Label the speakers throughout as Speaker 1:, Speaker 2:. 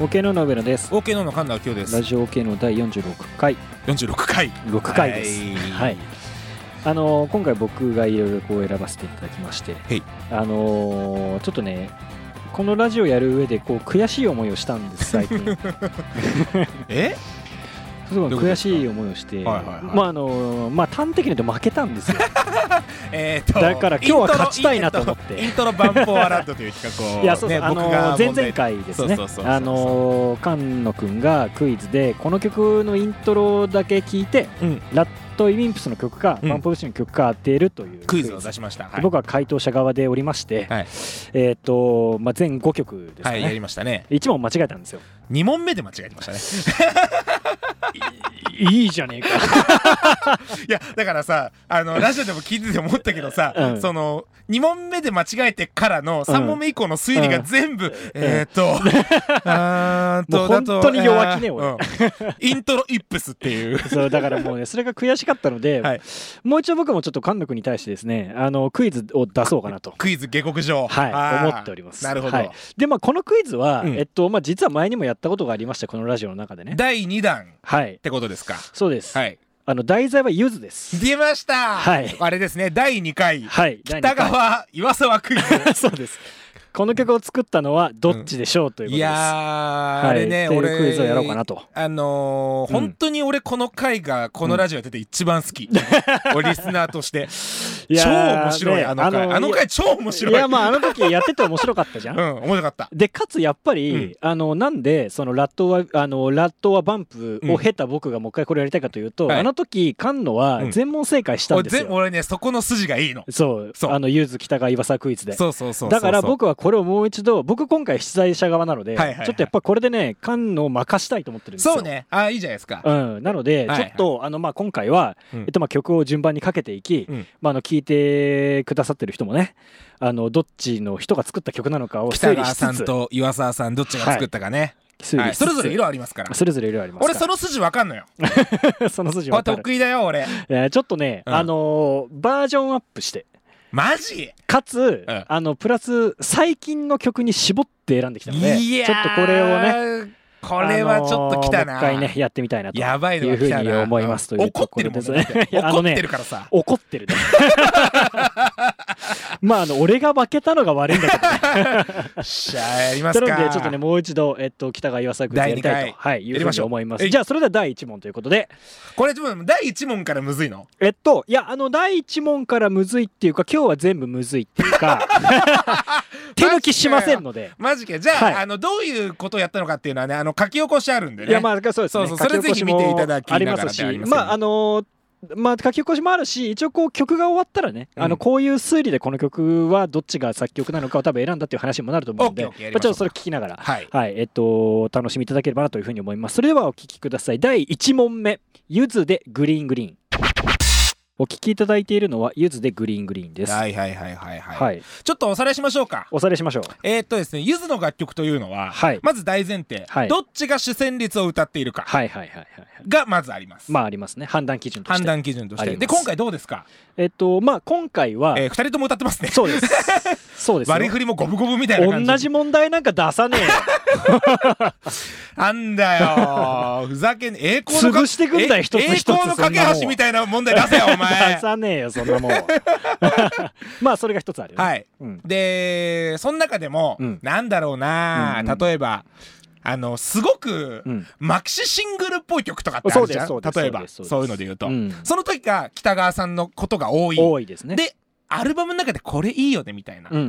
Speaker 1: OK のノベルです。
Speaker 2: OK のの神田明夫で
Speaker 1: ラ
Speaker 2: す
Speaker 1: ジオ OK の第46回、
Speaker 2: 46回
Speaker 1: 6回です。は。
Speaker 2: はい
Speaker 1: あのー今回僕がいろいろこう選ばせていただきまして
Speaker 2: い、
Speaker 1: あのーちょっとね、このラジオやる上でこう悔しい思いをしたんです最 近。
Speaker 2: え
Speaker 1: すごい
Speaker 2: どういうこと
Speaker 1: 悔
Speaker 2: ですか
Speaker 1: しい思いをして、
Speaker 2: はいはいはい
Speaker 1: まああのーまあ端的に言うと負けたんですよ。
Speaker 2: えーと
Speaker 1: だから今日は勝ちたいなと思って
Speaker 2: イントロイントロバンポーアラッドという企画を
Speaker 1: いやそうそう、
Speaker 2: ね
Speaker 1: あ
Speaker 2: 僕
Speaker 1: の
Speaker 2: が
Speaker 1: ー前
Speaker 2: 問
Speaker 1: 々
Speaker 2: 題
Speaker 1: 回ですね
Speaker 2: そうそうそうそう
Speaker 1: あのー菅野くんがクイズでこの曲のイントロだけ聞いて、
Speaker 2: うん
Speaker 1: ラットイウィンプスの曲か、
Speaker 2: うん
Speaker 1: バンプオブチキンの曲か当てるという
Speaker 2: クイズを出しましたはい
Speaker 1: 僕は回答者側でおりまして、
Speaker 2: はい
Speaker 1: えっ、と、まあ、全5曲ですか
Speaker 2: はいやり
Speaker 1: ね、
Speaker 2: ましたね
Speaker 1: 一1問間違えたんですよ
Speaker 2: 二問目で間違えてましたね
Speaker 1: いいじゃねえか
Speaker 2: いやだからさ あのラジオでも聞いてて思ったけどさ、
Speaker 1: うん
Speaker 2: その二問目で間違えてからの三問目以降の推理が全部、えーっ と、あーっ
Speaker 1: も
Speaker 2: と
Speaker 1: う本当に弱気ね俺、
Speaker 2: だとうんイントロイップスっていう
Speaker 1: そうだからもうねそれが悔しかったので、
Speaker 2: はい
Speaker 1: もう一度僕もちょっと菅野くんに対してですねあのクイズを出そうかなと
Speaker 2: クイズ下克上あ
Speaker 1: は
Speaker 2: ー
Speaker 1: い、思っております。
Speaker 2: なるほど、
Speaker 1: はいで、まあ、このクイズは、
Speaker 2: うん
Speaker 1: えっと、まあ、実は前にもやったことがありました、このラジオの中でね。
Speaker 2: 第2弾っ
Speaker 1: はい、
Speaker 2: てことですか
Speaker 1: そうです。
Speaker 2: はい
Speaker 1: あの、題材はゆずです。
Speaker 2: 出ました、
Speaker 1: はい
Speaker 2: あれですね第2回、
Speaker 1: はい、
Speaker 2: 北
Speaker 1: 第二
Speaker 2: 川岩沢クイズ
Speaker 1: 回。そうです。この曲を作ったのは、どっちでしょう、ということ
Speaker 2: い
Speaker 1: です。
Speaker 2: やー、
Speaker 1: は
Speaker 2: あれ
Speaker 1: っ
Speaker 2: ね
Speaker 1: ていう
Speaker 2: 俺
Speaker 1: クイズをやろうかなと。
Speaker 2: あのー
Speaker 1: うん
Speaker 2: 本当に俺この回がこのラジオやってて一番好き、俺リスナーとして
Speaker 1: いや
Speaker 2: 超
Speaker 1: ー
Speaker 2: 面白い、
Speaker 1: ね
Speaker 2: あの回あの回超面白い
Speaker 1: いや、まあ、あの時やってて面白かったじゃん。
Speaker 2: うん面白かった
Speaker 1: でかつやっぱり、
Speaker 2: うん
Speaker 1: あのなんでそのラットはあのラットはバンプを経た僕がもう一回これやりたいかというと、
Speaker 2: はい
Speaker 1: あの時菅野は
Speaker 2: うん
Speaker 1: 全問正解したん
Speaker 2: 俺
Speaker 1: ですよ、
Speaker 2: 全俺ねそこの筋がいいの
Speaker 1: そう
Speaker 2: そう
Speaker 1: あのゆず北川岩沢クイズで
Speaker 2: そうそうそうそう
Speaker 1: だから僕はこれをもう一度僕今回出題者側なので、
Speaker 2: はいはいはい
Speaker 1: ちょっとやっぱこれでね菅野を任したいと思ってるんですよ
Speaker 2: そうねあーいいじゃないですか、
Speaker 1: うん、なので、
Speaker 2: いは
Speaker 1: ち
Speaker 2: い
Speaker 1: ょっとあの、まあ、今回は、
Speaker 2: うん
Speaker 1: えっと、まあ曲を順番にかけていき、
Speaker 2: うん
Speaker 1: まあ、あの聞いてくださってる人もねあのどっちの人が作った曲なのかを
Speaker 2: 北
Speaker 1: 推理
Speaker 2: 川
Speaker 1: し
Speaker 2: さ
Speaker 1: つ
Speaker 2: ん
Speaker 1: つ
Speaker 2: と岩沢さんどっちが作ったかね、
Speaker 1: 推
Speaker 2: は
Speaker 1: 理
Speaker 2: い、
Speaker 1: しつつ
Speaker 2: それぞれ色ありますから
Speaker 1: それぞれ色々あります
Speaker 2: 俺
Speaker 1: か
Speaker 2: その筋わかんのよ
Speaker 1: ら その筋
Speaker 2: これ
Speaker 1: 分かる、
Speaker 2: 得意だよ俺
Speaker 1: えーちょっとね、
Speaker 2: うん
Speaker 1: あのーバージョンアップして
Speaker 2: マジ
Speaker 1: かつ、
Speaker 2: うん
Speaker 1: あのプラス最近の曲に絞って選んできたので
Speaker 2: いや
Speaker 1: ちょっとこれをね
Speaker 2: ねこれはちょっと来た
Speaker 1: あのーもう一
Speaker 2: な、
Speaker 1: 回ねやってみたいなと
Speaker 2: やばいの
Speaker 1: いう
Speaker 2: が
Speaker 1: ふ
Speaker 2: 来た
Speaker 1: う
Speaker 2: な
Speaker 1: に思いますという
Speaker 2: 怒
Speaker 1: と
Speaker 2: っ
Speaker 1: こ
Speaker 2: て
Speaker 1: ろ
Speaker 2: る
Speaker 1: で
Speaker 2: もん
Speaker 1: す
Speaker 2: だっ
Speaker 1: ね
Speaker 2: て
Speaker 1: いやあ
Speaker 2: 怒
Speaker 1: の
Speaker 2: って
Speaker 1: ね
Speaker 2: るからさ
Speaker 1: 怒ってるね まああの俺が負けたのが悪いんだけどね
Speaker 2: よっしゃやります
Speaker 1: な
Speaker 2: か
Speaker 1: のでちょっとねもう一度えっと北川岩作やりたいと
Speaker 2: 第二回
Speaker 1: はいいう
Speaker 2: や
Speaker 1: ふ
Speaker 2: り
Speaker 1: う
Speaker 2: ま
Speaker 1: に
Speaker 2: しょう
Speaker 1: 思いま
Speaker 2: は
Speaker 1: す
Speaker 2: い
Speaker 1: じゃあそれでは第一問ということで
Speaker 2: これちょっと第一問からむずいの
Speaker 1: えっといやあの第一問からむずいっていうか今日は全部むずいっていう か手抜きしませんので
Speaker 2: マジかじゃあ,、
Speaker 1: はい
Speaker 2: あのどういうことをやったのかっていうのはねあの書き起こしあるんでね
Speaker 1: いやまあそうですね。
Speaker 2: そうそうそれぜひ見ていただき
Speaker 1: 書
Speaker 2: な
Speaker 1: き
Speaker 2: が
Speaker 1: 起
Speaker 2: ら
Speaker 1: こしもありますし、
Speaker 2: でありますよね
Speaker 1: まああのーまあ書き起こしもあるし、一応こう曲が終わったらね、
Speaker 2: うん
Speaker 1: あのこういう推理でこの曲はどっちが作曲なのかを多分選んだっていう話にもなると思うんで、
Speaker 2: オッケーオッケーやり
Speaker 1: まあ
Speaker 2: ま
Speaker 1: ち
Speaker 2: し
Speaker 1: ょっ
Speaker 2: ょう
Speaker 1: とそれ聞きながら。
Speaker 2: はい
Speaker 1: はい、えっと、お楽しみいただければなというふうに思います。それではお聞きください。第一問目、ゆずでグリーングリーン。お聞きいただいているのはゆずでグリーングリーンです。は、
Speaker 2: はいいはいはいはいはい、ちょっとおさらいしましょうか
Speaker 1: おさらいしましょう。
Speaker 2: えーっとですねゆずの楽曲というのは、
Speaker 1: はい
Speaker 2: まず大前提、
Speaker 1: はい
Speaker 2: どっちが主旋律を歌っているか
Speaker 1: はいはいはいはいはい。
Speaker 2: がまずあります、
Speaker 1: まあありますね。判断基準として。
Speaker 2: 判断基準とし
Speaker 1: あ
Speaker 2: て
Speaker 1: ります
Speaker 2: で今回どうですか、
Speaker 1: えっと、まあ今回は、
Speaker 2: えー、2人とも歌ってますね
Speaker 1: そう です。そうですよ。
Speaker 2: 割り振りも五分五分みたいな感じ
Speaker 1: 同じ問題なんか出さねえよ
Speaker 2: なんだよふざけん栄光のか
Speaker 1: 潰してくんだよ
Speaker 2: え
Speaker 1: 一つ一つ
Speaker 2: 栄光の架け橋みたいな問題出せよお
Speaker 1: 出
Speaker 2: 前
Speaker 1: さねえよ そんな もんまあそれが一つあるよね、
Speaker 2: はい
Speaker 1: うん
Speaker 2: でその中でも、
Speaker 1: うん
Speaker 2: なんだろうな、
Speaker 1: うんうん
Speaker 2: 例えばあのすごく、
Speaker 1: うん
Speaker 2: マキシシングルっぽい曲とかってあるじゃん
Speaker 1: そうですそうです
Speaker 2: 例えば
Speaker 1: そうですそうです
Speaker 2: そういうので言うと、
Speaker 1: うん
Speaker 2: その時が北川さんのことが多い
Speaker 1: 多いですね
Speaker 2: でアルバムの中でこれいいよねみたいな、
Speaker 1: うん
Speaker 2: っ
Speaker 1: うんう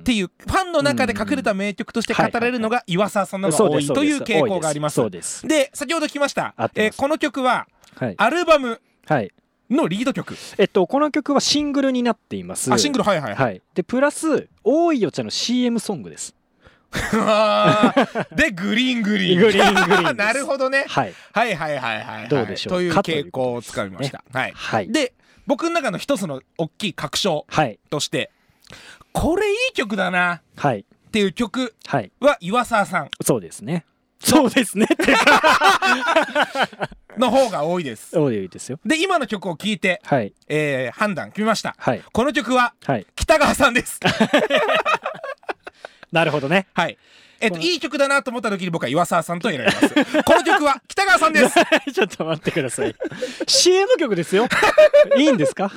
Speaker 1: ん
Speaker 2: ていうファンの中で隠れた名曲として語られるのが岩沢さんなのが
Speaker 1: そう
Speaker 2: 多
Speaker 1: です
Speaker 2: い
Speaker 1: そう
Speaker 2: と
Speaker 1: で
Speaker 2: いう
Speaker 1: す
Speaker 2: 傾向があります
Speaker 1: 多いですそう
Speaker 2: で先ほど聞きました
Speaker 1: 合っ、て
Speaker 2: え
Speaker 1: ます
Speaker 2: ーこの曲は
Speaker 1: ですはい、
Speaker 2: アルバム
Speaker 1: はい、
Speaker 2: のリード曲
Speaker 1: えっとこの曲はシングルになっています
Speaker 2: あシング
Speaker 1: ル
Speaker 2: ルはいはいはい
Speaker 1: はいでプラス多いよちゃんの CM ソングです
Speaker 2: あー でグリーングリーン
Speaker 1: グリーングリーンです
Speaker 2: なるほどね
Speaker 1: はい
Speaker 2: はいはいはいはいはい
Speaker 1: どうでしょう
Speaker 2: という
Speaker 1: かという
Speaker 2: 傾向をつかみましたはい
Speaker 1: はい
Speaker 2: で僕の中の一つの大きい確証
Speaker 1: はい
Speaker 2: としてこれいい曲だな
Speaker 1: はい
Speaker 2: っていう曲
Speaker 1: はい
Speaker 2: は岩沢さん
Speaker 1: そうですねそうです ねってか
Speaker 2: の方が多いです
Speaker 1: 多いですよ
Speaker 2: で今の曲を聴いて、
Speaker 1: はい
Speaker 2: えー判断決めました
Speaker 1: はい
Speaker 2: この曲は
Speaker 1: はい
Speaker 2: 北川さんです
Speaker 1: なるほどね。
Speaker 2: はい。えっと、
Speaker 1: この
Speaker 2: いい曲だなと思った時に僕は岩沢さんと選び ます。この曲は北川さんです。
Speaker 1: ちょっと待ってください。CM 曲です よ。いいんですか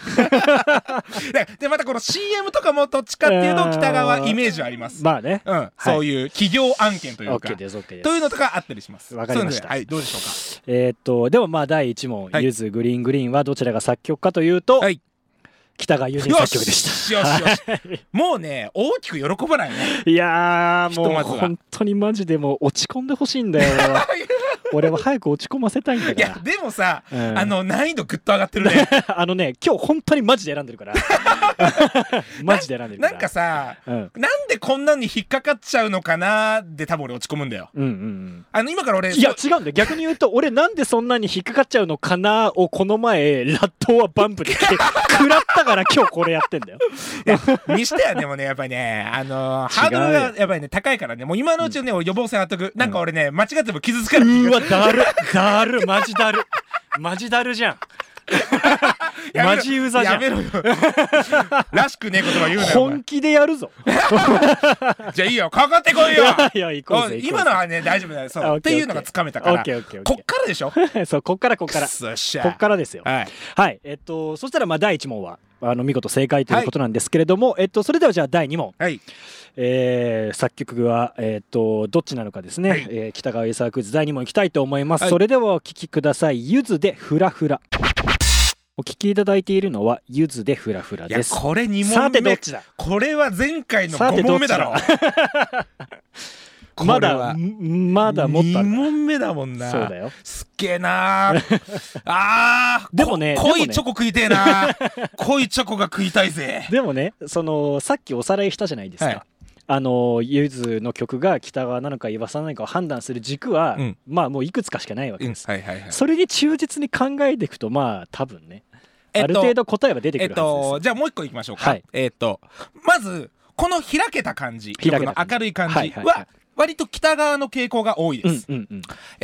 Speaker 2: でで、またこの CM とかもどっちかっていうと北
Speaker 1: あ
Speaker 2: 川
Speaker 1: ー
Speaker 2: イメージはあります。
Speaker 1: まあね。
Speaker 2: うん、そういう企業案件というか
Speaker 1: OK。です、OK です
Speaker 2: と。いうのとかあったりします。
Speaker 1: わかりました
Speaker 2: そういうのではい、どうでしょう
Speaker 1: えーっと、でもまあ第1問、
Speaker 2: はい
Speaker 1: ゆずグリーングリーンはどちらが作曲かというと、
Speaker 2: はい
Speaker 1: 北川友人
Speaker 2: か。
Speaker 1: 作曲でした。
Speaker 2: しよしよし。もうね、大きく喜ばないね。
Speaker 1: いやー、
Speaker 2: ひと
Speaker 1: もう
Speaker 2: まずは
Speaker 1: 本当にマジでもう落ち込んでほしいんだよ。 俺は俺は早く落ち込ませたいんだ
Speaker 2: いや
Speaker 1: か、
Speaker 2: でもさ、
Speaker 1: ら。うん
Speaker 2: あの、難易度ぐっと上がってるね。
Speaker 1: あのね、今日本当にマジで選んでる から。 マジで選んでるか
Speaker 2: な
Speaker 1: ら。
Speaker 2: んかさ、
Speaker 1: うん、
Speaker 2: なんでこんなのに引っかかっちゃうのかなで多分俺落ち込むんだよ。
Speaker 1: うんうん
Speaker 2: あの、今から
Speaker 1: う
Speaker 2: 俺、
Speaker 1: ん。いや違うんだよ逆に言うと 俺なんでそんなに引っかかっちゃうのかなをこの前ラットはバンプで来 て食らったから今日これやってんだよ
Speaker 2: にしてはでもねやっぱりねあのーハードルがやっぱりね高いからねもう今のうちね、俺予防線貼っとくなんか俺ね間違っても傷つか
Speaker 1: う
Speaker 2: ない気
Speaker 1: ー
Speaker 2: が
Speaker 1: わだるだるマジだるマジだるじゃん
Speaker 2: やめろ
Speaker 1: マジうざじゃ
Speaker 2: やめ
Speaker 1: ん
Speaker 2: ろよらしくねえ言葉言うなよお前
Speaker 1: 本気でやるぞ
Speaker 2: じゃあいいよかかってこいよ
Speaker 1: いやいや行こ
Speaker 2: お
Speaker 1: うぜ
Speaker 2: い
Speaker 1: 行こ
Speaker 2: 今
Speaker 1: う
Speaker 2: の
Speaker 1: ぜ
Speaker 2: はね大丈夫だよそ
Speaker 1: あオ
Speaker 2: う
Speaker 1: ッ
Speaker 2: っ
Speaker 1: ケ
Speaker 2: て
Speaker 1: ー
Speaker 2: いうのがつかめたか
Speaker 1: オッ
Speaker 2: ら
Speaker 1: ケーオッケーオッケ
Speaker 2: こ
Speaker 1: ー
Speaker 2: っからでしょ
Speaker 1: そうこっからこっから
Speaker 2: くそっしゃ
Speaker 1: こっからですよ
Speaker 2: はい
Speaker 1: はいえっとそしたらまあ第1問はあの見事正解ということなんですけれども、えっとそれではじゃあ第2問
Speaker 2: はい
Speaker 1: えー作曲は、えー、とどっちなのかですね、
Speaker 2: はい
Speaker 1: えー北川栄作クイズ第2問いきたいと思います、
Speaker 2: はい
Speaker 1: それではお聴きくださいゆずでフラフラお聴きいただいているのはゆずでフラフラ
Speaker 2: いや
Speaker 1: です
Speaker 2: これ2
Speaker 1: さて
Speaker 2: 問
Speaker 1: どっ
Speaker 2: 目
Speaker 1: ちだ
Speaker 2: これは前回の
Speaker 1: さて
Speaker 2: 5
Speaker 1: どっ
Speaker 2: 問
Speaker 1: ち
Speaker 2: 目だろ
Speaker 1: だま
Speaker 2: これ
Speaker 1: だ
Speaker 2: は
Speaker 1: んまだもっとあるか
Speaker 2: 2問目だもん
Speaker 1: ら
Speaker 2: な
Speaker 1: そうだよ
Speaker 2: すっげ えなーあー
Speaker 1: でもね
Speaker 2: こ
Speaker 1: でも
Speaker 2: 濃
Speaker 1: ね
Speaker 2: いチョコ食いてえな ー濃いチョコが食いたいぜ
Speaker 1: でもねそのさっきおさらいしたじゃないですか、
Speaker 2: はい
Speaker 1: あのゆずの曲が北川なのか岩佐なのかを判断する軸は、
Speaker 2: うん
Speaker 1: まあもういくつかしかないわけです、
Speaker 2: はいはいはい
Speaker 1: それに忠実に考えていくとまあ多分ねある程度答えは出てく
Speaker 2: え
Speaker 1: る
Speaker 2: っ
Speaker 1: はずですよ、
Speaker 2: とじゃあもう一個いきましょうか、
Speaker 1: はい
Speaker 2: えっとまずこの開けた感じ
Speaker 1: 開けた感じ
Speaker 2: 曲の明るい感
Speaker 1: はい
Speaker 2: じ
Speaker 1: はいはい
Speaker 2: は割と北側の傾向が多いです、
Speaker 1: うんうんうん、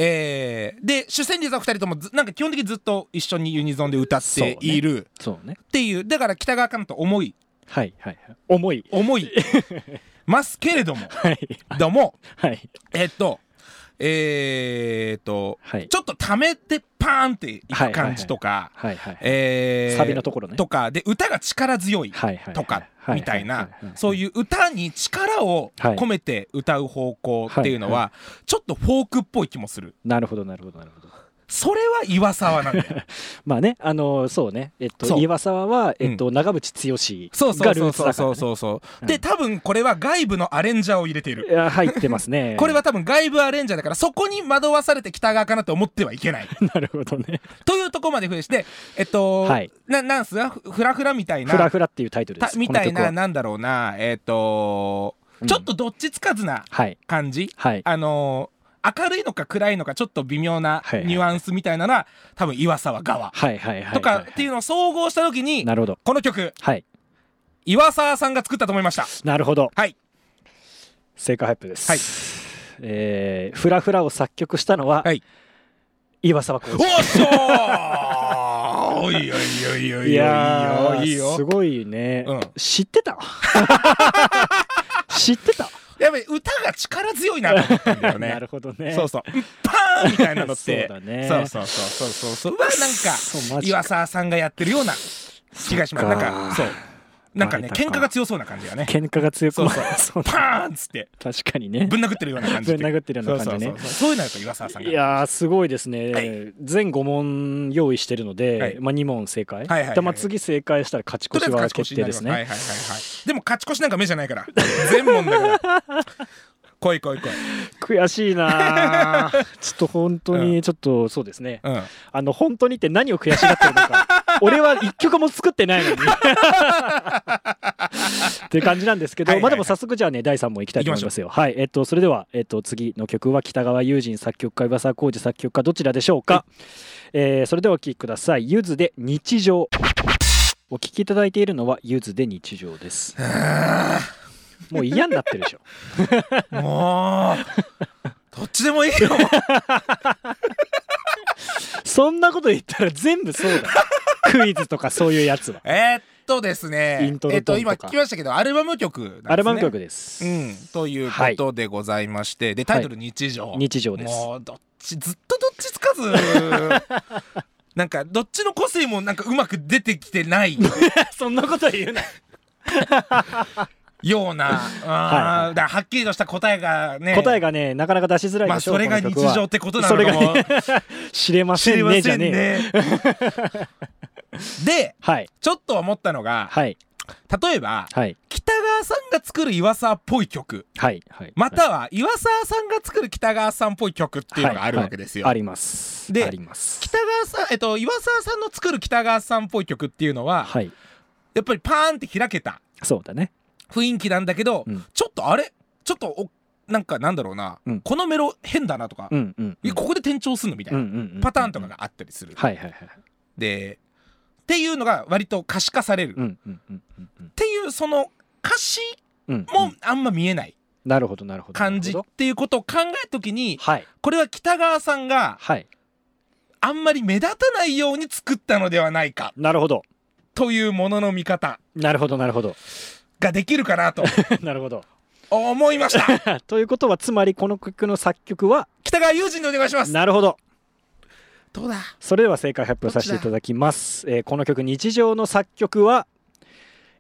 Speaker 2: えーで主旋律は2人ともずなんか基本的にずっと一緒にユニゾンで歌っている、
Speaker 1: そうね
Speaker 2: っていうだから北側からと重い
Speaker 1: はいはいはい重い
Speaker 2: 重いますけれども
Speaker 1: はい
Speaker 2: ども
Speaker 1: はい
Speaker 2: えっとえー、っと
Speaker 1: はい
Speaker 2: ちょっと溜めてパーンっていく感じとか、
Speaker 1: はいはい
Speaker 2: えー
Speaker 1: サビのところね
Speaker 2: とかで歌が力強い
Speaker 1: はいはい
Speaker 2: とかみたいなそう
Speaker 1: う
Speaker 2: いう歌に力を込めて歌う方向っていうの
Speaker 1: はい
Speaker 2: はちょっとフォークっぽい気もする
Speaker 1: なるほどなるほどなるほど
Speaker 2: それは岩沢なんだ よ
Speaker 1: まあねあのそうねえっと
Speaker 2: そう
Speaker 1: 岩沢はえっと長渕
Speaker 2: そ
Speaker 1: 剛
Speaker 2: うそ
Speaker 1: が
Speaker 2: う
Speaker 1: ル
Speaker 2: そ
Speaker 1: ー
Speaker 2: う
Speaker 1: ツ
Speaker 2: そう
Speaker 1: だか
Speaker 2: そ
Speaker 1: ら
Speaker 2: う
Speaker 1: ね
Speaker 2: そうそううんで多分これは外部のアレンジャーを入れてい
Speaker 1: い
Speaker 2: る
Speaker 1: や入ってますね
Speaker 2: これは多分外部アレンジャーだからそこに惑わされて北側かなと思ってはいけない
Speaker 1: なるほどね
Speaker 2: というところまで増やしてえっと
Speaker 1: はい
Speaker 2: ななんすかフフラフラみたいな
Speaker 1: フラフラっていうタイトルで
Speaker 2: た
Speaker 1: す
Speaker 2: みたい
Speaker 1: この曲
Speaker 2: な
Speaker 1: は
Speaker 2: なんだろうなえっ、と
Speaker 1: うん
Speaker 2: ちょっとどっちつかずな
Speaker 1: はい
Speaker 2: 感じ、
Speaker 1: はい
Speaker 2: あのー明るいのか暗いのかちょっと微妙な
Speaker 1: はいはい
Speaker 2: ニュアンスみたいなのは多分岩沢側
Speaker 1: はいはいはい
Speaker 2: とかっていう
Speaker 1: う
Speaker 2: のを総合した時に
Speaker 1: なるほど
Speaker 2: この曲
Speaker 1: はい
Speaker 2: 岩沢さんが作ったと思いました
Speaker 1: なるほど
Speaker 2: はい
Speaker 1: 正解発表です
Speaker 2: はい
Speaker 1: えーフラフラを作曲したのは、
Speaker 2: はい
Speaker 1: 岩沢
Speaker 2: お
Speaker 1: 浩
Speaker 2: っ
Speaker 1: 二
Speaker 2: しょーおいおいおいおいおい
Speaker 1: いやー
Speaker 2: いいよいい
Speaker 1: す
Speaker 2: よ
Speaker 1: ごいね、
Speaker 2: うん
Speaker 1: 知って た知ってた、
Speaker 2: やべ歌が力強いなと思ったんだよ ね
Speaker 1: なるほどね
Speaker 2: そうそうパーンみたいなのって
Speaker 1: そうだね
Speaker 2: そうそうそうそうそうそうは
Speaker 1: そう
Speaker 2: なん
Speaker 1: マ
Speaker 2: か
Speaker 1: ジか
Speaker 2: 岩沢さんがやってるような気がします
Speaker 1: そ
Speaker 2: な
Speaker 1: っ
Speaker 2: ん
Speaker 1: か
Speaker 2: かそうなんかね
Speaker 1: バレた
Speaker 2: 喧
Speaker 1: か
Speaker 2: 嘩が強そうな感じがね
Speaker 1: 喧嘩が強く
Speaker 2: そうそう
Speaker 1: そう
Speaker 2: パーンっつって
Speaker 1: 確かにね
Speaker 2: ぶん殴ってるような感じ
Speaker 1: ぶん殴ってるような感じね
Speaker 2: そうそうそうそういうのはやっぱ岩沢さんが
Speaker 1: いやーすごいですね、
Speaker 2: はい
Speaker 1: 全5問用意してるので、
Speaker 2: はい
Speaker 1: まあ、2問正解、
Speaker 2: はいはいはい
Speaker 1: でまあ、次正解したら勝ち
Speaker 2: とり
Speaker 1: 越
Speaker 2: あえ
Speaker 1: しは
Speaker 2: ず勝ち越し
Speaker 1: 決定
Speaker 2: になり
Speaker 1: で
Speaker 2: ますすはいは
Speaker 1: ね
Speaker 2: いはいはいでも勝ち越しなんか目じゃないから全問だから来い来い来い
Speaker 1: 悔しいな ーちょっと本当にちょっとそうですね
Speaker 2: うん
Speaker 1: あの本当にって何を悔しがってるの か俺は一曲も作ってないのにっていう感じなんですけど、
Speaker 2: はいはい
Speaker 1: ま
Speaker 2: はい
Speaker 1: あでも早速じゃあね第3問いきたいと思いますよはいえっとそれでは、えっと、次の曲は北川悠仁作曲家岩沢浩二作曲家どちらでしょうか、
Speaker 2: は
Speaker 1: えーそれではお聴きくださいゆずで日常お聴きいただいているのはゆずで日常ですもう嫌になってるでしょ
Speaker 2: もうどっちでもいいよ
Speaker 1: そんなこと言ったら全部そうだよクイズとかそういうやつは
Speaker 2: えーっととですね
Speaker 1: イントロ
Speaker 2: えっと
Speaker 1: ドンとか
Speaker 2: 今聞きましたけどアルバム曲なんですね
Speaker 1: アルバム曲です、
Speaker 2: うん、ということでございまして、でタイトル「日常」
Speaker 1: 日常です
Speaker 2: もうどっちずっとどっちつかず なんかどっちの個性もなんかうまく出てきてない
Speaker 1: そんなこと言うな
Speaker 2: ような
Speaker 1: はい
Speaker 2: あーだからはっきりとした答えがね
Speaker 1: 答えがねなかなか出しづらい
Speaker 2: まあ
Speaker 1: でしょ
Speaker 2: それが
Speaker 1: この
Speaker 2: 日
Speaker 1: 曲は
Speaker 2: 常ってことなのかも
Speaker 1: 知れま
Speaker 2: 知
Speaker 1: せ
Speaker 2: り
Speaker 1: ん
Speaker 2: ま
Speaker 1: ねじ
Speaker 2: せ
Speaker 1: ゃ
Speaker 2: ん
Speaker 1: ねえよ
Speaker 2: ね。 で
Speaker 1: はい
Speaker 2: ちょっと思ったのが
Speaker 1: はい
Speaker 2: 例えば
Speaker 1: はい
Speaker 2: 北川さんが作る岩沢っぽい曲
Speaker 1: はいはい
Speaker 2: または岩沢さんが作る北川さんっぽい曲っていうのがあるわけですよ。
Speaker 1: はいはいあります
Speaker 2: で
Speaker 1: あります
Speaker 2: 北川さん、えっと、岩沢さんの作る北川さんっぽい曲っていうのは、
Speaker 1: はい
Speaker 2: やっぱりパーンって開けた
Speaker 1: そうだね
Speaker 2: 雰囲気なんだけど、
Speaker 1: うん
Speaker 2: ちょっとあれちょっとおなんかなんだろうな、
Speaker 1: うん
Speaker 2: このメロ変だなとか、
Speaker 1: うんうん
Speaker 2: えここで転調すんのみたい
Speaker 1: うん
Speaker 2: な、
Speaker 1: うんうん
Speaker 2: パターンとかがあったりする。
Speaker 1: はいはいはい
Speaker 2: でっていうのが割と可視化される、
Speaker 1: う
Speaker 2: っ
Speaker 1: んうんうんうんうん
Speaker 2: ていうその歌詞
Speaker 1: うんう
Speaker 2: も
Speaker 1: ん
Speaker 2: あんま見えない
Speaker 1: なるほどなるほど
Speaker 2: 感じ
Speaker 1: なる
Speaker 2: っ
Speaker 1: ほ
Speaker 2: ていうことを考えた時に
Speaker 1: どはい
Speaker 2: これは北川さんが
Speaker 1: はい
Speaker 2: あんまり目立たないように作ったのではないか
Speaker 1: なるほど
Speaker 2: というものの見方
Speaker 1: なるほどなるほど
Speaker 2: ができるかなと
Speaker 1: なるほど
Speaker 2: 思いました
Speaker 1: ということはつまりこの曲の作曲は
Speaker 2: 北川友人でお願いします
Speaker 1: なるほど
Speaker 2: どうだ
Speaker 1: それでは正解発表させていただきます、えーこの曲「日常」の作曲は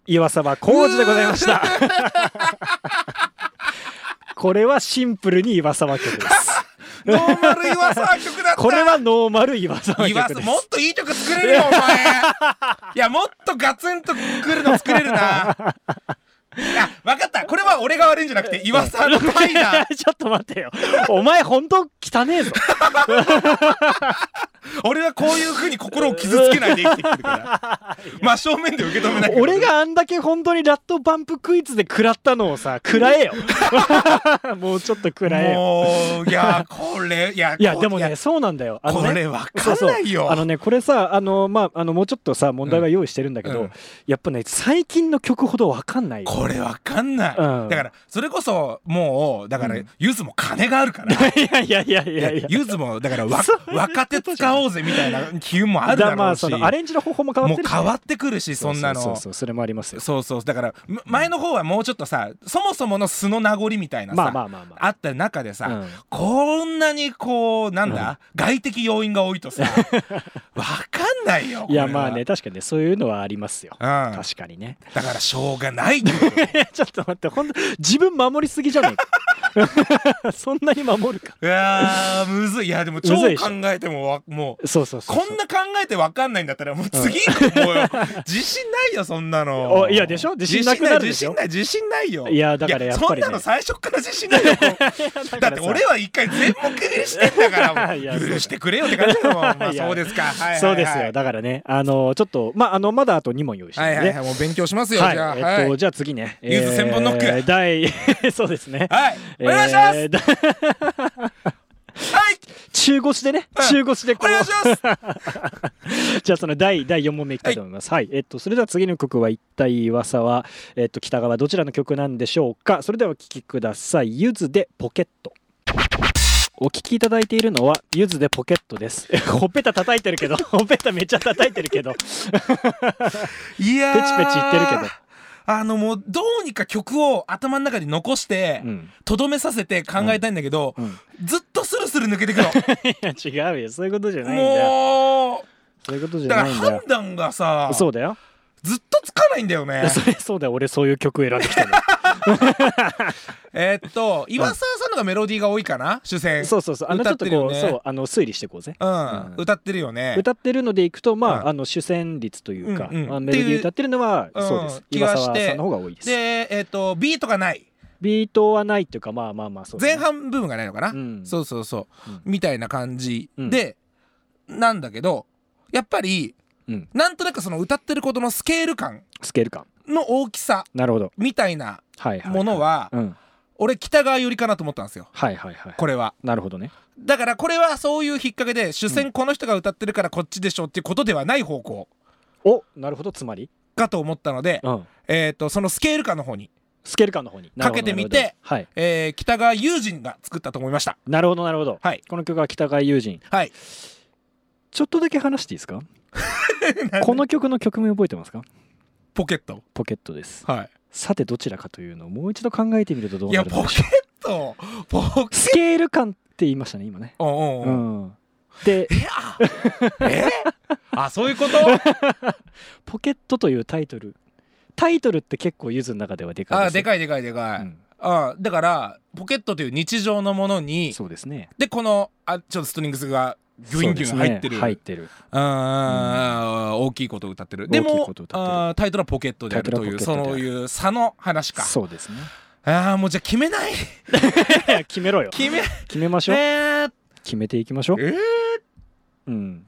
Speaker 1: 岩沢浩二でございましたこれはシンプルに岩沢曲 です
Speaker 2: ノーマル岩沢曲だった
Speaker 1: これはノーマル岩沢
Speaker 2: 岩
Speaker 1: 曲
Speaker 2: 沢
Speaker 1: で
Speaker 2: もっ
Speaker 1: す
Speaker 2: といい曲作れるよ お前いやもっとガツンとくるの作れるないや分かったこれは俺が悪いんじゃなくて岩沢のパ イだ
Speaker 1: ちょっと待ってよお前ほんと汚ねえぞ
Speaker 2: 俺はこういうふうに心を傷つけないで生きてきてるから真正面で受け止めない
Speaker 1: 俺があんだけ本当にラットバンプクイズで食らったのをさ食ら えよもうちょっと食らえよ
Speaker 2: もういやこれいや
Speaker 1: いや
Speaker 2: こ
Speaker 1: でも
Speaker 2: い
Speaker 1: ねそうなんだよあの
Speaker 2: こ
Speaker 1: ね
Speaker 2: れ分
Speaker 1: そ
Speaker 2: か
Speaker 1: うんそう
Speaker 2: ないよ
Speaker 1: あのねこれさあのまああのもうちょっとさ問題は用意してるんだけど、
Speaker 2: うん
Speaker 1: やっぱね最近の曲ほどわかんないよ
Speaker 2: これわかんない、
Speaker 1: うん
Speaker 2: だからそれこそもうだから
Speaker 1: うん
Speaker 2: ゆずも金があるから
Speaker 1: いやいやいやいやいや
Speaker 2: ゆずもだからわ
Speaker 1: そう
Speaker 2: 若手使おうぜみたいな機運もある
Speaker 1: だ
Speaker 2: だ
Speaker 1: ま
Speaker 2: ろ
Speaker 1: あ
Speaker 2: うし
Speaker 1: そのアレンジの方法も変わっ
Speaker 2: も
Speaker 1: て
Speaker 2: う
Speaker 1: るしね、
Speaker 2: 変わってくるしそんなの
Speaker 1: そ
Speaker 2: そう
Speaker 1: そう
Speaker 2: うそう
Speaker 1: そうそれもありますよ
Speaker 2: だからむ前の方はもうちょっとさそもそもの素の名残みたいなさ、
Speaker 1: まあまあまあまあ
Speaker 2: あった中でさ、
Speaker 1: うん
Speaker 2: こんなにこうなんだ、外的要因が多い とさわかんないよ
Speaker 1: いや
Speaker 2: これは
Speaker 1: まあね確かにねそういうのはありますよ
Speaker 2: うん、だ
Speaker 1: 確かにね
Speaker 2: からしょうがないってこと
Speaker 1: ちょっと待って本当自分守りすぎじゃね えかそんなに守るか
Speaker 2: いやーむずいいやでも超
Speaker 1: む
Speaker 2: 考
Speaker 1: ずいっしょ
Speaker 2: えてもわもう
Speaker 1: そうそうそうそう
Speaker 2: こんな考えてわかんないんだったらもう次行こうよ自信ないよそんなの
Speaker 1: おいやでしょ自信なくなるでしょ
Speaker 2: 自信ない自信ない自信ないよ
Speaker 1: いやだからやっぱりね
Speaker 2: いそんなの最初から自 信ないよ
Speaker 1: だ
Speaker 2: だ
Speaker 1: か
Speaker 2: って
Speaker 1: らさ
Speaker 2: 俺は一回全部クリしてんだからも
Speaker 1: いやそう
Speaker 2: う許してくれよって感じ だもん、まあ、
Speaker 1: いや
Speaker 2: そうですかはいはい、はい、
Speaker 1: そうですよだからねあのちょっとまああのまだあと2問用意してるん
Speaker 2: はい
Speaker 1: で
Speaker 2: はいはいもう勉強しますよ、
Speaker 1: はい、
Speaker 2: じゃあ、
Speaker 1: えっ
Speaker 2: は
Speaker 1: と
Speaker 2: い
Speaker 1: じゃあ次ね
Speaker 2: ゆず千本ノック
Speaker 1: えー第 そうですね
Speaker 2: はい、お願いします、
Speaker 1: えーだ
Speaker 2: はい
Speaker 1: 中腰でね
Speaker 2: うん
Speaker 1: 中腰で
Speaker 2: お願いします
Speaker 1: う じゃあその第第4問目いきたいと思いますはい、えっとそれでは次の曲は一体噂はえっと北川どちらの曲なんでしょうかそれではお聴きくださいゆずでポケットお聴きいただいているのはゆずでポケットです ほっぺた叩いてるけど ほっぺためっちゃ叩いてるけど
Speaker 2: いやー
Speaker 1: ペチペチ言ってるけど
Speaker 2: あのもうどうにか曲を頭の中に残して
Speaker 1: うん
Speaker 2: とどめさせて考えたいんだけど、
Speaker 1: うん
Speaker 2: ずっとスルスル抜けてくの
Speaker 1: いや違うよそういうこと じゃないんだよ
Speaker 2: も
Speaker 1: そういうこと
Speaker 2: う
Speaker 1: じ
Speaker 2: だ
Speaker 1: ゃ
Speaker 2: か
Speaker 1: な
Speaker 2: ら
Speaker 1: いんだ
Speaker 2: 判
Speaker 1: よ
Speaker 2: 断がさず
Speaker 1: そうだよ
Speaker 2: っとつかないんだよね
Speaker 1: それそうだよ俺そういう曲選んできたの
Speaker 2: えーっと岩沢さんのがメロディーが多いかな主戦
Speaker 1: そうそうそうあのち
Speaker 2: 歌
Speaker 1: ょ
Speaker 2: っ
Speaker 1: っと
Speaker 2: てるよ
Speaker 1: こう、
Speaker 2: ね
Speaker 1: そうあの推理していこうぜ、
Speaker 2: うん、
Speaker 1: うん
Speaker 2: 歌ってるよね
Speaker 1: 歌ってるのでいくとまあ、
Speaker 2: うん
Speaker 1: あの主旋律というか、
Speaker 2: うんうん
Speaker 1: あのメロディー歌ってるのは
Speaker 2: うん
Speaker 1: そうです、
Speaker 2: 気
Speaker 1: 岩
Speaker 2: が
Speaker 1: 沢
Speaker 2: し
Speaker 1: さ
Speaker 2: て
Speaker 1: んの方が多いです
Speaker 2: でえーっとビートがない
Speaker 1: ビートはないっていうかまあまあまあそうだね、
Speaker 2: 前半部分がないのかな、
Speaker 1: うん
Speaker 2: そうそうそう、
Speaker 1: うん
Speaker 2: みたいな感じ、
Speaker 1: うん
Speaker 2: でなんだけどやっぱり
Speaker 1: うん、
Speaker 2: なんとなくその歌ってることのスケール感
Speaker 1: スケール感
Speaker 2: の大きさ
Speaker 1: なるほど
Speaker 2: みたいな
Speaker 1: はいはい
Speaker 2: ものは
Speaker 1: うん
Speaker 2: 俺北側寄りかなと思ったんですよ
Speaker 1: はいはいはい
Speaker 2: これは
Speaker 1: なるほどね
Speaker 2: だからこれはそういう引っ掛けで主戦この人が歌ってるからこっちでしょっていうことではない方向
Speaker 1: おなるほどつまり、
Speaker 2: かと思ったので、
Speaker 1: うん、
Speaker 2: えー、とそのスケール感の方に、
Speaker 1: スケール感の方になるほど
Speaker 2: かけてみて
Speaker 1: なるほどはい
Speaker 2: えー北川友人が作ったと思いました
Speaker 1: なるほどなるほど、
Speaker 2: はい
Speaker 1: この曲は北川友人
Speaker 2: はい
Speaker 1: ちょっとだけ話していいですかこの曲の曲名覚えてますか
Speaker 2: ポケット
Speaker 1: ポケットです
Speaker 2: は
Speaker 1: さてどちらかというのをもう一度考えてみるとど
Speaker 2: いうい
Speaker 1: な
Speaker 2: や
Speaker 1: る
Speaker 2: ポ
Speaker 1: の
Speaker 2: ケ
Speaker 1: か
Speaker 2: ットポケット
Speaker 1: スケール感って言いましたね今ね
Speaker 2: うんう
Speaker 1: うん
Speaker 2: うん
Speaker 1: ん で
Speaker 2: え あえあそういうこと
Speaker 1: 「ポケット」というタイトルタイトルって結構ゆずの中ではでかい
Speaker 2: あ
Speaker 1: です
Speaker 2: で
Speaker 1: い、
Speaker 2: かいでかいでかい、
Speaker 1: うん
Speaker 2: あだからポケットという日常のものに
Speaker 1: そうですね
Speaker 2: でこのあちょっとストリングスがギュインギュイン入って
Speaker 1: そうで
Speaker 2: る、
Speaker 1: すね入ってる
Speaker 2: あー大きいことを歌ってるで
Speaker 1: 大きい
Speaker 2: も
Speaker 1: ことを歌ってる
Speaker 2: あータイトルはポケットであるという
Speaker 1: タイト
Speaker 2: そ
Speaker 1: ルはポケット
Speaker 2: の
Speaker 1: である
Speaker 2: いう差の話か
Speaker 1: そうですね
Speaker 2: ああもうじゃあ決めない
Speaker 1: 決めろよ
Speaker 2: 決めね
Speaker 1: 決めましょう
Speaker 2: え
Speaker 1: 決めていきましょう
Speaker 2: え
Speaker 1: うん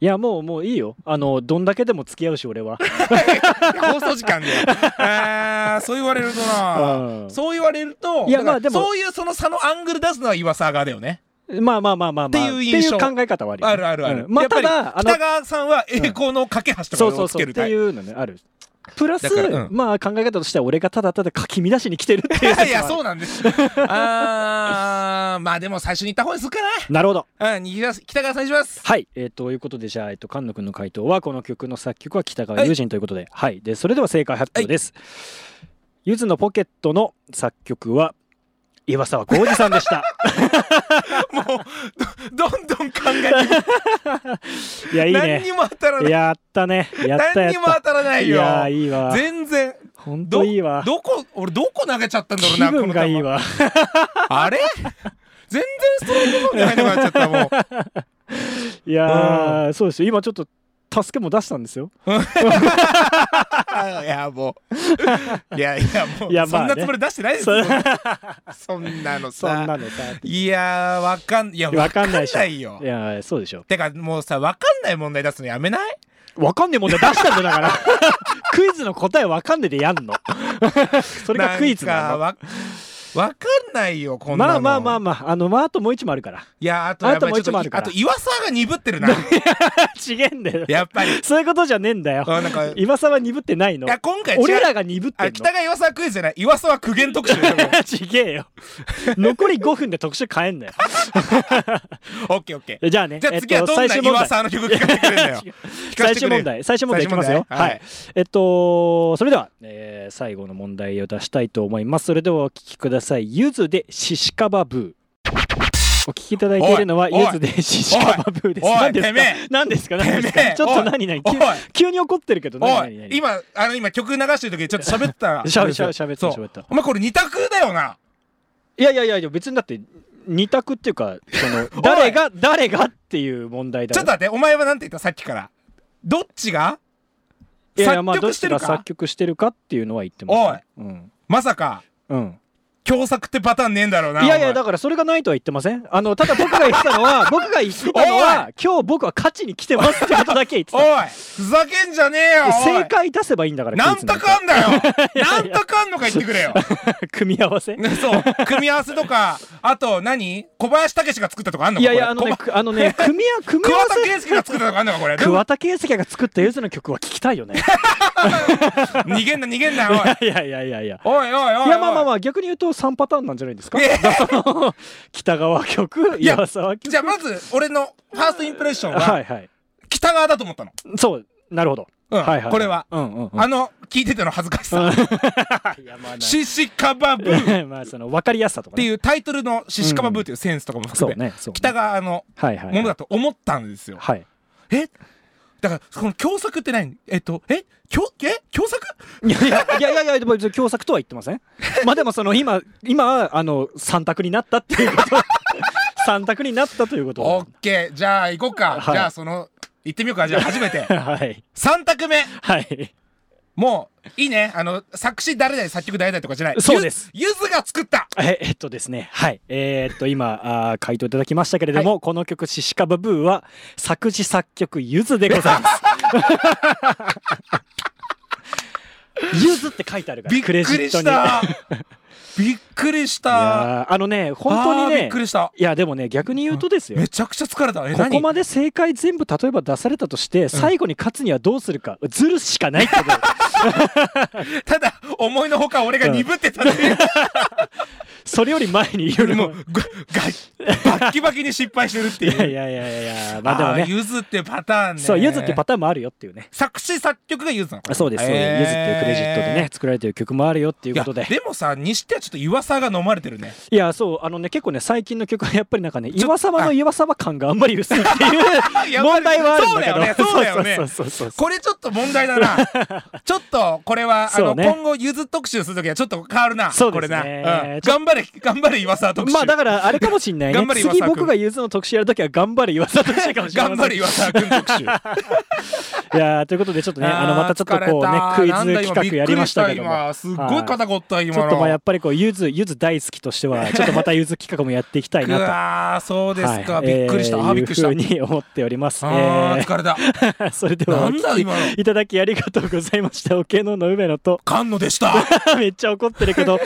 Speaker 1: いやもうもういいよあのどんだけでも付き合うし俺は
Speaker 2: ー、放送時間であーそう言われるとな
Speaker 1: うん
Speaker 2: そう言われると
Speaker 1: いや
Speaker 2: だから
Speaker 1: まあでも
Speaker 2: そういうその差のアングル出すのは岩沢側だよね
Speaker 1: まあまあまあまあまあ
Speaker 2: っていう印象
Speaker 1: っていう考え方はあるよね
Speaker 2: あるあるある、
Speaker 1: うんまあ
Speaker 2: やっぱ
Speaker 1: た
Speaker 2: り
Speaker 1: だあの
Speaker 2: 北川さんは栄光の架け橋と
Speaker 1: そう
Speaker 2: か
Speaker 1: そ
Speaker 2: を
Speaker 1: う
Speaker 2: つ
Speaker 1: そう
Speaker 2: け
Speaker 1: っ
Speaker 2: る
Speaker 1: て
Speaker 2: タイ
Speaker 1: い
Speaker 2: プ
Speaker 1: うのねあるプラス
Speaker 2: だからうん
Speaker 1: まあ考え方としては俺がただただかき乱しに来てるっていう説もある
Speaker 2: いやそうなんですあーまあでも最初に言った方がいいですか
Speaker 1: なるほど
Speaker 2: ねうん西田北川さんにします
Speaker 1: はい、えー、ということでじゃあ、えっと菅野君の回答はこの曲の作曲は北川悠仁ということで,、はいでそれでは正解発表です。ゆずのポケットの作曲は岩沢浩二さんで した。
Speaker 2: もうどどんどん考えて
Speaker 1: いやいい
Speaker 2: 何
Speaker 1: ね。
Speaker 2: にも当たらない
Speaker 1: やったね。やったや
Speaker 2: 何
Speaker 1: っ
Speaker 2: にも当たらな
Speaker 1: た。
Speaker 2: い
Speaker 1: いや
Speaker 2: よ
Speaker 1: いいわ。
Speaker 2: 全然
Speaker 1: 本
Speaker 2: ど
Speaker 1: 当いいわ。
Speaker 2: どこ俺どこ投げちゃったんだろう
Speaker 1: 気
Speaker 2: な
Speaker 1: 分がいい
Speaker 2: この
Speaker 1: わ。
Speaker 2: 球あれ全然ストライクゾーンに入んなくなっちゃったもう
Speaker 1: いやーそうですよ。今ちょっと助けも出したんですよ。
Speaker 2: いやもういやいやもう
Speaker 1: いやま
Speaker 2: そ
Speaker 1: あ
Speaker 2: ん
Speaker 1: ね
Speaker 2: なつもり出してないです
Speaker 1: そ
Speaker 2: よ
Speaker 1: れ
Speaker 2: そんなの
Speaker 1: そんな
Speaker 2: さ
Speaker 1: のさ。
Speaker 2: いやーわかんいや
Speaker 1: わ
Speaker 2: わ
Speaker 1: か
Speaker 2: か
Speaker 1: ん
Speaker 2: ん
Speaker 1: ない
Speaker 2: な
Speaker 1: で
Speaker 2: い
Speaker 1: しょ
Speaker 2: よ
Speaker 1: いやーそうでしょ。
Speaker 2: てかもうさわかんない問題出すのやめない
Speaker 1: わかんねえもんで出したんだよだから。 クイズの答えわかんねえでやんの。 それがクイズ
Speaker 2: なん
Speaker 1: な
Speaker 2: か
Speaker 1: の。
Speaker 2: わわかんないよこんな
Speaker 1: まあ
Speaker 2: の
Speaker 1: まあまあまあ、あの、まあ、あともう一枚あるから。
Speaker 2: いやあとやっぱり
Speaker 1: あともう一
Speaker 2: ちょ
Speaker 1: 問あ
Speaker 2: っ
Speaker 1: る
Speaker 2: と
Speaker 1: から
Speaker 2: あと岩沢が鈍って るな
Speaker 1: ちげんだよ。
Speaker 2: やっぱ り
Speaker 1: そういうことじゃねえんだよ。
Speaker 2: あなんかい
Speaker 1: 今さは鈍ってないの。
Speaker 2: や今回違う
Speaker 1: 俺らが鈍って
Speaker 2: あ
Speaker 1: んの
Speaker 2: 北。が岩沢クイズじゃない岩沢苦言特集
Speaker 1: ちげえよ。残り5分で特集変えんなよ。
Speaker 2: オッケーオッケー
Speaker 1: じゃあね、
Speaker 2: じゃあ次
Speaker 1: え
Speaker 2: は
Speaker 1: っと
Speaker 2: どんな岩沢の曲聞かせてくれるんだ よ
Speaker 1: 最終問題、最終問題いきますよ。
Speaker 2: 最終問題
Speaker 1: は
Speaker 2: はい
Speaker 1: い。えっと、それでは、えー最後の問題を出したいと思います。それではお聞きください。ゆずでシシカバブー。お聞きいただいているのは、
Speaker 2: おい
Speaker 1: ゆずでシシカバブーです。
Speaker 2: おいお
Speaker 1: 何
Speaker 2: い
Speaker 1: です
Speaker 2: てめ
Speaker 1: か
Speaker 2: え
Speaker 1: 何ですか何です
Speaker 2: てめ
Speaker 1: か
Speaker 2: え
Speaker 1: ちょっと何々
Speaker 2: おい
Speaker 1: 急急に怒ってるけど、何
Speaker 2: お
Speaker 1: 々
Speaker 2: い
Speaker 1: 何々
Speaker 2: 今あの今曲流してる時にちょっと喋って た
Speaker 1: しゃべしゃべしゃべった
Speaker 2: そう
Speaker 1: しゃべった
Speaker 2: お前これ二択だよない
Speaker 1: やいやいやいや別にだって二択っていうか その誰が誰がっていう問題だ
Speaker 2: ちょ
Speaker 1: ろ
Speaker 2: っと待ってお前はなんて言ったさっきからどっちが
Speaker 1: いやいやまあど
Speaker 2: 作
Speaker 1: っ
Speaker 2: 曲して
Speaker 1: ち
Speaker 2: る
Speaker 1: が
Speaker 2: か
Speaker 1: 作曲してるかっていうのは言ってますねうん
Speaker 2: まさか
Speaker 1: うん、
Speaker 2: 共作ってパターンねえんだろうないい
Speaker 1: やいやだからそれがないとは言ってませんあのただ僕が言ってたの は僕が言ってたのは今日僕は勝ちに来てますってことだけ言って
Speaker 2: お
Speaker 1: た
Speaker 2: いふざけんじゃねえよおい
Speaker 1: 正解出せばいいんだから
Speaker 2: なん
Speaker 1: クイズ
Speaker 2: と
Speaker 1: んて
Speaker 2: かあ んだよなんとかあんのか言ってくれよ
Speaker 1: 組み合わせ
Speaker 2: ねそう組み合わせとかあと何小林武史が作ったとかあんの
Speaker 1: い
Speaker 2: か
Speaker 1: やいやあの
Speaker 2: これ
Speaker 1: ねくあの ね組み合わ組
Speaker 2: こ
Speaker 1: み合わ
Speaker 2: 桑田
Speaker 1: せ
Speaker 2: 佳祐が作ったとかあんのかこれでも
Speaker 1: 桑田佳祐が作ったゆずの曲は聞きたいよね
Speaker 2: 逃げんな逃げん な お
Speaker 1: い
Speaker 2: い
Speaker 1: やいやいやいや
Speaker 2: おいおいおいお
Speaker 1: いやまあまあま
Speaker 2: あ
Speaker 1: あ逆に言うと3パターンなんじゃないですか
Speaker 2: え
Speaker 1: その北川曲
Speaker 2: いや
Speaker 1: 岩沢曲
Speaker 2: じゃあまず俺のファーストインプレッション
Speaker 1: は
Speaker 2: はい
Speaker 1: はい
Speaker 2: 北側だと思ったの
Speaker 1: そうなるほど、
Speaker 2: うん
Speaker 1: はいはい
Speaker 2: これは
Speaker 1: うんうんうん
Speaker 2: あの聞いてての恥ずかしさ
Speaker 1: いやまあ
Speaker 2: 「
Speaker 1: な
Speaker 2: シシカバブー」っ
Speaker 1: まあその分かりやすさとか、
Speaker 2: て
Speaker 1: ね、
Speaker 2: いうタイトルの「シシカバブー」っていうセンスとかも
Speaker 1: そ
Speaker 2: 含
Speaker 1: う
Speaker 2: め
Speaker 1: ねそうね
Speaker 2: 北側の
Speaker 1: はいはいはい
Speaker 2: ものだと思ったんですよ
Speaker 1: はい
Speaker 2: えだからこの共作って何えっとえ共え共作
Speaker 1: いやいやいやいやいやでも別に共作とは言ってま せんまあでもその今今あの三択になったっていうこと 三択になったということ
Speaker 2: オッケーじゃあ行こうか、
Speaker 1: はい
Speaker 2: じゃあその行ってみようかじゃあ初 めて
Speaker 1: はい
Speaker 2: 3択目
Speaker 1: はい
Speaker 2: もういいねあの作詞誰々作曲誰々とかじゃない
Speaker 1: そうです
Speaker 2: ゆゆずが作った
Speaker 1: ええっとですねはいえーっと今あー回答いただきましたけれども、この曲「シシカバブー」は作詞作曲ゆずでございます ゆずって書いてあるから
Speaker 2: びっくり
Speaker 1: クレジット
Speaker 2: し
Speaker 1: に
Speaker 2: たびっくりし
Speaker 1: い
Speaker 2: た
Speaker 1: やーあのね本当に
Speaker 2: あーびっ
Speaker 1: ね
Speaker 2: くりした
Speaker 1: いやでもね逆に言うとですよ
Speaker 2: めちゃくちゃ疲れたえ
Speaker 1: ここ
Speaker 2: 何
Speaker 1: まで正解全部例えば出されたとして最後に勝つにはどうするかずるしかないけど
Speaker 2: ただ思いのほか俺が鈍ってたっていう
Speaker 1: それより前にいろいろ
Speaker 2: もうががバッキバキに失敗してるって
Speaker 1: いやいうや
Speaker 2: い
Speaker 1: いやいやいや まあでも
Speaker 2: あー
Speaker 1: ね
Speaker 2: ゆずってパターンね
Speaker 1: そうゆずってパターンもあるよっていうね
Speaker 2: 作詞作曲がゆずなの
Speaker 1: そうですそうですゆずっていうクレジットでね作られてる曲もあるよっていう
Speaker 2: いや
Speaker 1: ことで
Speaker 2: でもさにしてはちょっと岩沢が飲まれてるね
Speaker 1: いやそうあのね結構ね最近の曲はやっぱりなんかね
Speaker 2: ちょ
Speaker 1: 岩沢の岩沢感があんまり薄いっていう問題はあるんだけど
Speaker 2: そうだよねそうだよね
Speaker 1: そうそうそうそう
Speaker 2: これちょっと問題 だなちょっとこれは、あ
Speaker 1: そ
Speaker 2: の
Speaker 1: うね
Speaker 2: 今後ゆず特集するときはちょっと変わるな
Speaker 1: そう
Speaker 2: こ
Speaker 1: で
Speaker 2: れ
Speaker 1: す
Speaker 2: な、
Speaker 1: ね
Speaker 2: うん頑張れ 頑張れ岩沢特集、
Speaker 1: まあだからあれかもしんないね
Speaker 2: 頑張れ岩
Speaker 1: 次
Speaker 2: 沢君
Speaker 1: 僕がゆずの特集やるときは頑張れ岩沢特集かもしれない
Speaker 2: 頑張れ岩沢君 特集
Speaker 1: いやーということでちょっとねあのまたちょっとこうね
Speaker 2: あー疲
Speaker 1: クイ
Speaker 2: れ
Speaker 1: ズ企画やりましたけども
Speaker 2: なんだ今びっくりした今すっごい肩凝った今
Speaker 1: ち
Speaker 2: の
Speaker 1: ょっとまあやっぱりこうゆずゆず大好きとして はちょっとまたゆず企画もやっていきたいうなと。
Speaker 2: わーそうですか、
Speaker 1: はい
Speaker 2: びっくりした、
Speaker 1: え
Speaker 2: あ
Speaker 1: ー
Speaker 2: ーびっくりした
Speaker 1: いうふうに思っております。
Speaker 2: あー
Speaker 1: え
Speaker 2: 疲れた
Speaker 1: ー それでは
Speaker 2: な
Speaker 1: お
Speaker 2: んだ
Speaker 1: 聞き
Speaker 2: 今の
Speaker 1: いただきありがとうございました。おけのの梅野と
Speaker 2: 菅野でした
Speaker 1: めっちゃ怒ってるけど